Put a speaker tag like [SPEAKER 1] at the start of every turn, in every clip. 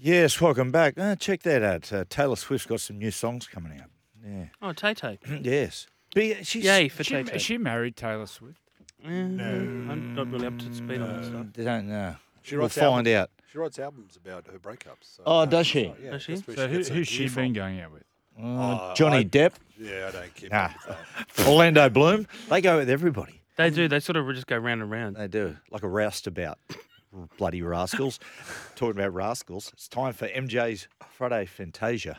[SPEAKER 1] Yes, welcome back. Uh, check that out. Uh, Taylor Swift's got some new songs coming out. Yeah.
[SPEAKER 2] Oh, Tay Tay.
[SPEAKER 3] Hmm.
[SPEAKER 1] yes. But yeah, she's,
[SPEAKER 2] Yay for
[SPEAKER 4] She,
[SPEAKER 2] Tay
[SPEAKER 4] is
[SPEAKER 2] Tay.
[SPEAKER 4] she married Taylor Swift?
[SPEAKER 2] I'm not really up to speed on that stuff.
[SPEAKER 1] Mm, They don't know.
[SPEAKER 3] She
[SPEAKER 1] we'll
[SPEAKER 3] writes
[SPEAKER 1] find
[SPEAKER 3] albums.
[SPEAKER 1] out.
[SPEAKER 3] She writes albums about her breakups. So,
[SPEAKER 1] Oh,
[SPEAKER 3] uh,
[SPEAKER 1] does she?
[SPEAKER 3] yeah,
[SPEAKER 2] Does she?
[SPEAKER 3] that's where
[SPEAKER 4] So Uh, who,
[SPEAKER 3] gets her
[SPEAKER 4] who's she
[SPEAKER 3] gear
[SPEAKER 4] been
[SPEAKER 3] from.
[SPEAKER 4] going out with?
[SPEAKER 1] Uh,
[SPEAKER 3] Uh,
[SPEAKER 1] Johnny
[SPEAKER 3] I-
[SPEAKER 1] Depp,
[SPEAKER 3] Yeah, I don't keep
[SPEAKER 1] Nah.
[SPEAKER 3] up with that.
[SPEAKER 1] Orlando Bloom. They go with everybody.
[SPEAKER 2] They do. They sort of just go round and round.
[SPEAKER 1] They do. Like a roustabout. Bloody rascals. Talking about rascals. It's time for MJ's Friday Fantasia.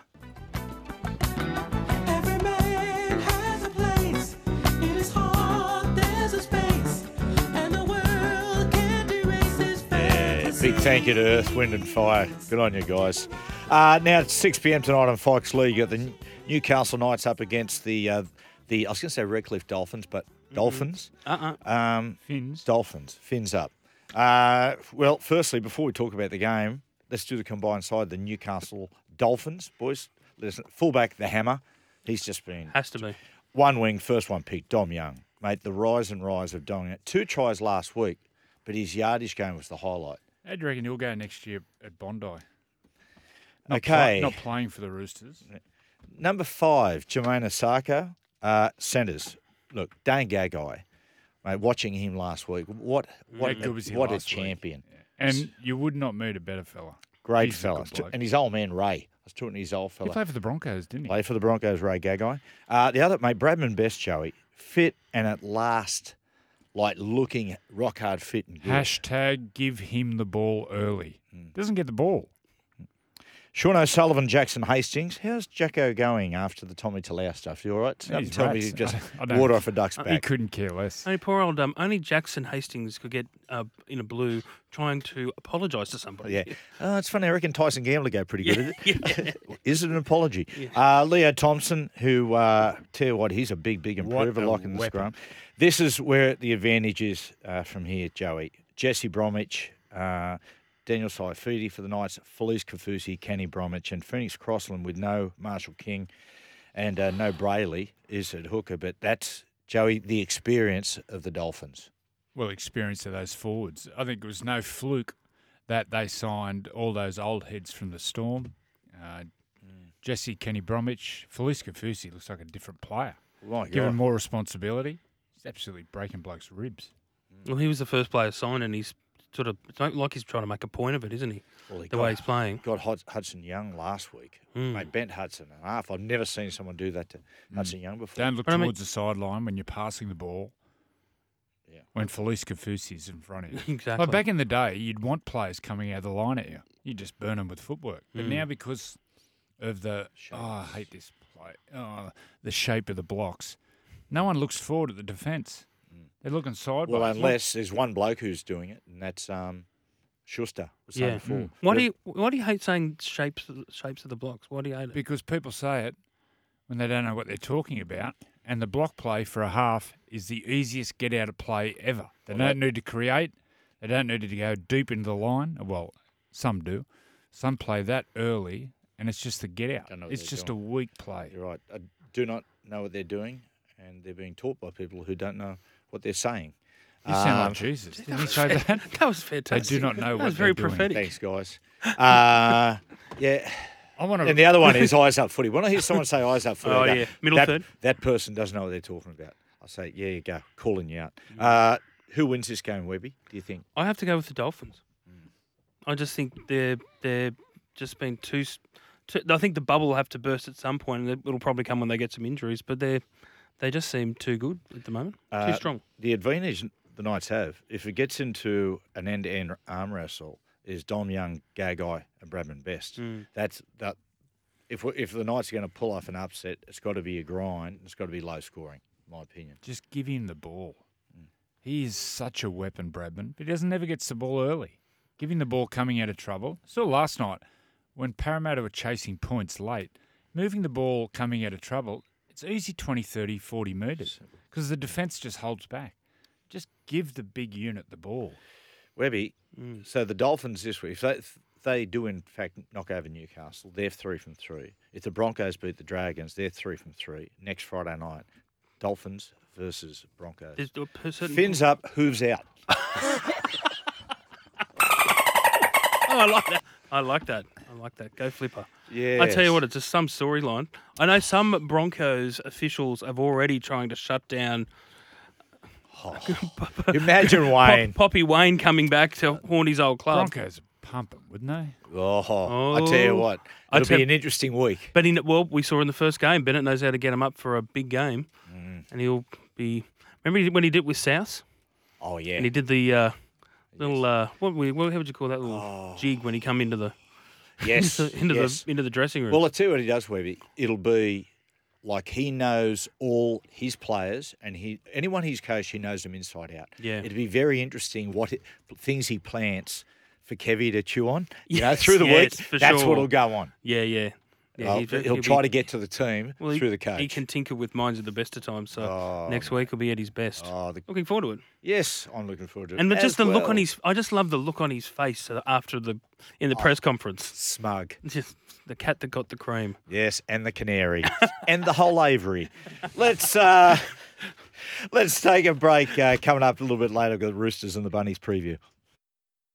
[SPEAKER 5] Every man has a place. It is hard, there's a space. And the world can't erase his fantasy.
[SPEAKER 1] Big thank you to Earth, Wind and Fire. Good on you guys. Uh, now it's 6 p.m. tonight on Fox League. You got the Newcastle Knights up against the uh, the I was going to say Redcliffe Dolphins, but Dolphins.
[SPEAKER 2] Uh uh
[SPEAKER 1] Um,
[SPEAKER 4] Finns.
[SPEAKER 1] Dolphins. Fins up. Uh, well, firstly, before we talk about the game, let's do the combined side. The Newcastle Dolphins boys. Listen, fullback the hammer. He's just been
[SPEAKER 2] Has to be.
[SPEAKER 1] one wing, first one pick, Dom Young. Mate, the rise and rise of Dom Young. Two tries last week, but his yardage game was the highlight.
[SPEAKER 4] How do you reckon he'll go next year at Bondi? Not pla-
[SPEAKER 1] Okay.
[SPEAKER 4] not playing for the Roosters.
[SPEAKER 1] Number five, Jermaine Osaka, uh, centres. Look, Dane Gagai, mate, watching him last week. What what
[SPEAKER 4] How good was he
[SPEAKER 1] what a
[SPEAKER 4] last week?
[SPEAKER 1] champion.
[SPEAKER 4] And you would not meet a better fella.
[SPEAKER 1] Great
[SPEAKER 4] He's a
[SPEAKER 1] fella.
[SPEAKER 4] good bloke.
[SPEAKER 1] And his old man Ray. I was talking to his old
[SPEAKER 4] He
[SPEAKER 1] fella.
[SPEAKER 4] played for the Broncos, didn't he?
[SPEAKER 1] Play for the Broncos, Ray Gagai. Uh, the other mate, Bradman Best, Joey, fit and at last, like looking rock hard fit and good.
[SPEAKER 4] Hashtag give him the ball early.
[SPEAKER 1] Hmm.
[SPEAKER 4] Doesn't get the ball.
[SPEAKER 1] Sean O'Sullivan, Jackson Hastings. How's Jacko going after the Tommy Talau stuff? You all right? Don't
[SPEAKER 4] He's
[SPEAKER 1] tell me
[SPEAKER 4] rats.
[SPEAKER 1] you just
[SPEAKER 4] I don't-
[SPEAKER 1] water off a duck's
[SPEAKER 4] He
[SPEAKER 1] back.
[SPEAKER 4] couldn't care less.
[SPEAKER 2] Only poor old um. Only Jackson Hastings could get uh, in a blue trying to apologise to somebody.
[SPEAKER 1] Yeah. Oh, it's funny. I reckon Tyson Gamble go pretty good at it. Is it an apology? Uh, Leo Thompson, who, uh, tell you what, he's a big, big
[SPEAKER 4] What
[SPEAKER 1] improver,
[SPEAKER 4] a
[SPEAKER 1] lock in the
[SPEAKER 4] weapon.
[SPEAKER 1] scrum. This is where the advantage is uh, from here, Joey. Jesse Bromwich, uh, Daniel Saifidi for the Knights, Felice Kafusi, Kenny Bromwich, and Phoenix Crossland with no Marshall King and uh, no Brayley is at hooker. But that's, Joey, the experience of the Dolphins.
[SPEAKER 4] well experience of those forwards. I think it was no fluke that they signed all those old heads from the Storm. Uh,
[SPEAKER 2] Mm.
[SPEAKER 4] Jesse Kenny Bromwich, Felice Kafusi looks like a different player.
[SPEAKER 2] Oh,
[SPEAKER 1] My
[SPEAKER 4] Given
[SPEAKER 1] God.
[SPEAKER 4] more responsibility, he's absolutely breaking blokes' ribs.
[SPEAKER 2] Well, he was the first player signed, and he's sort of it's not like he's trying to make a point of it, isn't he?
[SPEAKER 1] Well, he
[SPEAKER 2] the
[SPEAKER 1] got-
[SPEAKER 2] way he's playing.
[SPEAKER 1] got Hud- Hudson Young last week. Mate, bent Hudson and half. I've never seen someone do that to Hudson Young before.
[SPEAKER 4] Don't look
[SPEAKER 2] But I
[SPEAKER 4] towards
[SPEAKER 2] mean-
[SPEAKER 4] the sideline when you're passing the ball.
[SPEAKER 1] Yeah.
[SPEAKER 4] When Felice Kafusi's in front of you.
[SPEAKER 2] Exactly.
[SPEAKER 4] Like back in the day, you'd want players coming out of the line at you. You just burn them with footwork. But now because of the oh, I hate this play. Oh, the shape of the blocks. No one looks forward at the defence. They're looking sideways.
[SPEAKER 1] well,
[SPEAKER 4] Look,
[SPEAKER 1] unless there's one bloke who's doing it, and that's um, Schuster. Was saying
[SPEAKER 2] Yeah.
[SPEAKER 1] before.
[SPEAKER 2] Why do
[SPEAKER 1] But-
[SPEAKER 2] you Why do you hate saying shapes of the- shapes of the blocks? Why do you hate it?
[SPEAKER 4] because people say it when they don't know what they're talking about, and the block play for a half is the easiest get out of play ever. They don't need to create. They don't need to go deep into the line. Well, some do. Some play that early, and it's just the get out.
[SPEAKER 1] Don't know what
[SPEAKER 4] It's
[SPEAKER 1] they're
[SPEAKER 4] just
[SPEAKER 1] doing.
[SPEAKER 4] a weak play.
[SPEAKER 1] You're right. I do not know what they're doing, and they're being taught by people who don't know what they're saying.
[SPEAKER 4] You sound
[SPEAKER 1] Um,
[SPEAKER 4] like Jesus. Didn't you say that?
[SPEAKER 2] That was fantastic.
[SPEAKER 4] not know
[SPEAKER 2] That
[SPEAKER 4] what
[SPEAKER 2] was very
[SPEAKER 4] they're doing.
[SPEAKER 2] prophetic.
[SPEAKER 1] Thanks, guys. Uh, yeah.
[SPEAKER 4] I want
[SPEAKER 1] And
[SPEAKER 4] to.
[SPEAKER 1] the other one is eyes up footy. When I hear someone say eyes up footy,
[SPEAKER 2] Oh,
[SPEAKER 1] I go,
[SPEAKER 2] yeah. Middle
[SPEAKER 1] that,
[SPEAKER 2] third.
[SPEAKER 1] That person doesn't know what they're talking about. I say, yeah, you go, calling you out.
[SPEAKER 2] Mm.
[SPEAKER 1] Uh, who wins this game, Webby? Do you think?
[SPEAKER 2] I have to go with the Dolphins.
[SPEAKER 1] Mm.
[SPEAKER 2] I just think they're they're just been too, s- too. I think the bubble will have to burst at some point, and it'll probably come when they get some injuries. But they they just seem too good at the moment,
[SPEAKER 1] Uh,
[SPEAKER 2] too strong.
[SPEAKER 1] The advantage the Knights have, if it gets into an end-to-end arm wrestle, is Dom Young, Gagai, and Bradman Best.
[SPEAKER 2] Mm.
[SPEAKER 1] That's that. If we- if the Knights are going to pull off an upset, it's got to be a grind. It's got to be low scoring, in my opinion.
[SPEAKER 4] Just give him the ball. He is such a weapon, Bradman, but he doesn't ever gets the ball early. Give him the ball coming out of trouble. So last night, when Parramatta were chasing points late, moving the ball coming out of trouble, it's easy 20, 30, 40 metres because the defence just holds back. Just give the big unit the ball.
[SPEAKER 1] Webby, so the Dolphins this week, if they, if they do in fact knock over Newcastle, they're three from three. If the Broncos beat the Dragons, they're three from three. Next Friday night, Dolphins versus Broncos.
[SPEAKER 2] There's a per- certain-
[SPEAKER 1] Fins up, hooves out.
[SPEAKER 2] Oh, I like that. I like that. I like that. Go Flipper. I tell
[SPEAKER 1] Yes.
[SPEAKER 2] you what, it's just some storyline. I know some Broncos officials have already trying to shut down
[SPEAKER 1] Imagine Wayne.
[SPEAKER 2] Pop, Poppy Wayne coming back to Horny's old club.
[SPEAKER 4] Broncos would pump them, wouldn't they?
[SPEAKER 1] Oh, I tell you
[SPEAKER 2] Oh.
[SPEAKER 1] what,
[SPEAKER 2] I
[SPEAKER 1] it'll
[SPEAKER 2] tell-
[SPEAKER 1] be an interesting week.
[SPEAKER 2] But in well, we saw in the first game, Bennett knows how to get him up for a big game,
[SPEAKER 1] Mm.
[SPEAKER 2] and he'll be. Remember he- when he did it with South,
[SPEAKER 1] Oh yeah,
[SPEAKER 2] and he did the uh, little uh, what, we, what how would you call that little jig when he come into the
[SPEAKER 1] yes,
[SPEAKER 2] into
[SPEAKER 1] Oh. yes.
[SPEAKER 2] the into the dressing room?
[SPEAKER 1] Well, I tell you what he does, Webby. It'll be like he knows all his players, and he anyone he's coached, he knows them inside out.
[SPEAKER 2] Yeah.
[SPEAKER 1] it'd be very interesting what it, things he plants for Kevy to chew on. You know, through the
[SPEAKER 2] yes,
[SPEAKER 1] week,
[SPEAKER 2] for
[SPEAKER 1] that's
[SPEAKER 2] sure.
[SPEAKER 1] what'll go on.
[SPEAKER 2] yeah, yeah, yeah.
[SPEAKER 1] Uh,
[SPEAKER 2] he's-
[SPEAKER 1] he'll, try
[SPEAKER 2] be-
[SPEAKER 1] to get to the team
[SPEAKER 2] Well, he-
[SPEAKER 1] through the coach.
[SPEAKER 2] He can tinker with minds at the best of times. So
[SPEAKER 1] Oh,
[SPEAKER 2] next week will be at his best.
[SPEAKER 1] Oh, the,
[SPEAKER 2] Looking forward to it.
[SPEAKER 1] yes, I'm looking forward to it.
[SPEAKER 2] And
[SPEAKER 1] as
[SPEAKER 2] just the look on
[SPEAKER 1] well.
[SPEAKER 2] his. I just love the look on his face uh, after the in the
[SPEAKER 1] Oh.
[SPEAKER 2] press conference.
[SPEAKER 1] smug.
[SPEAKER 2] Just the cat that got the cream.
[SPEAKER 1] Yes, and the canary, and the whole aviary. Let's uh, let's take a break. Uh, coming up a little bit later, we've got the Roosters and the Bunnies preview.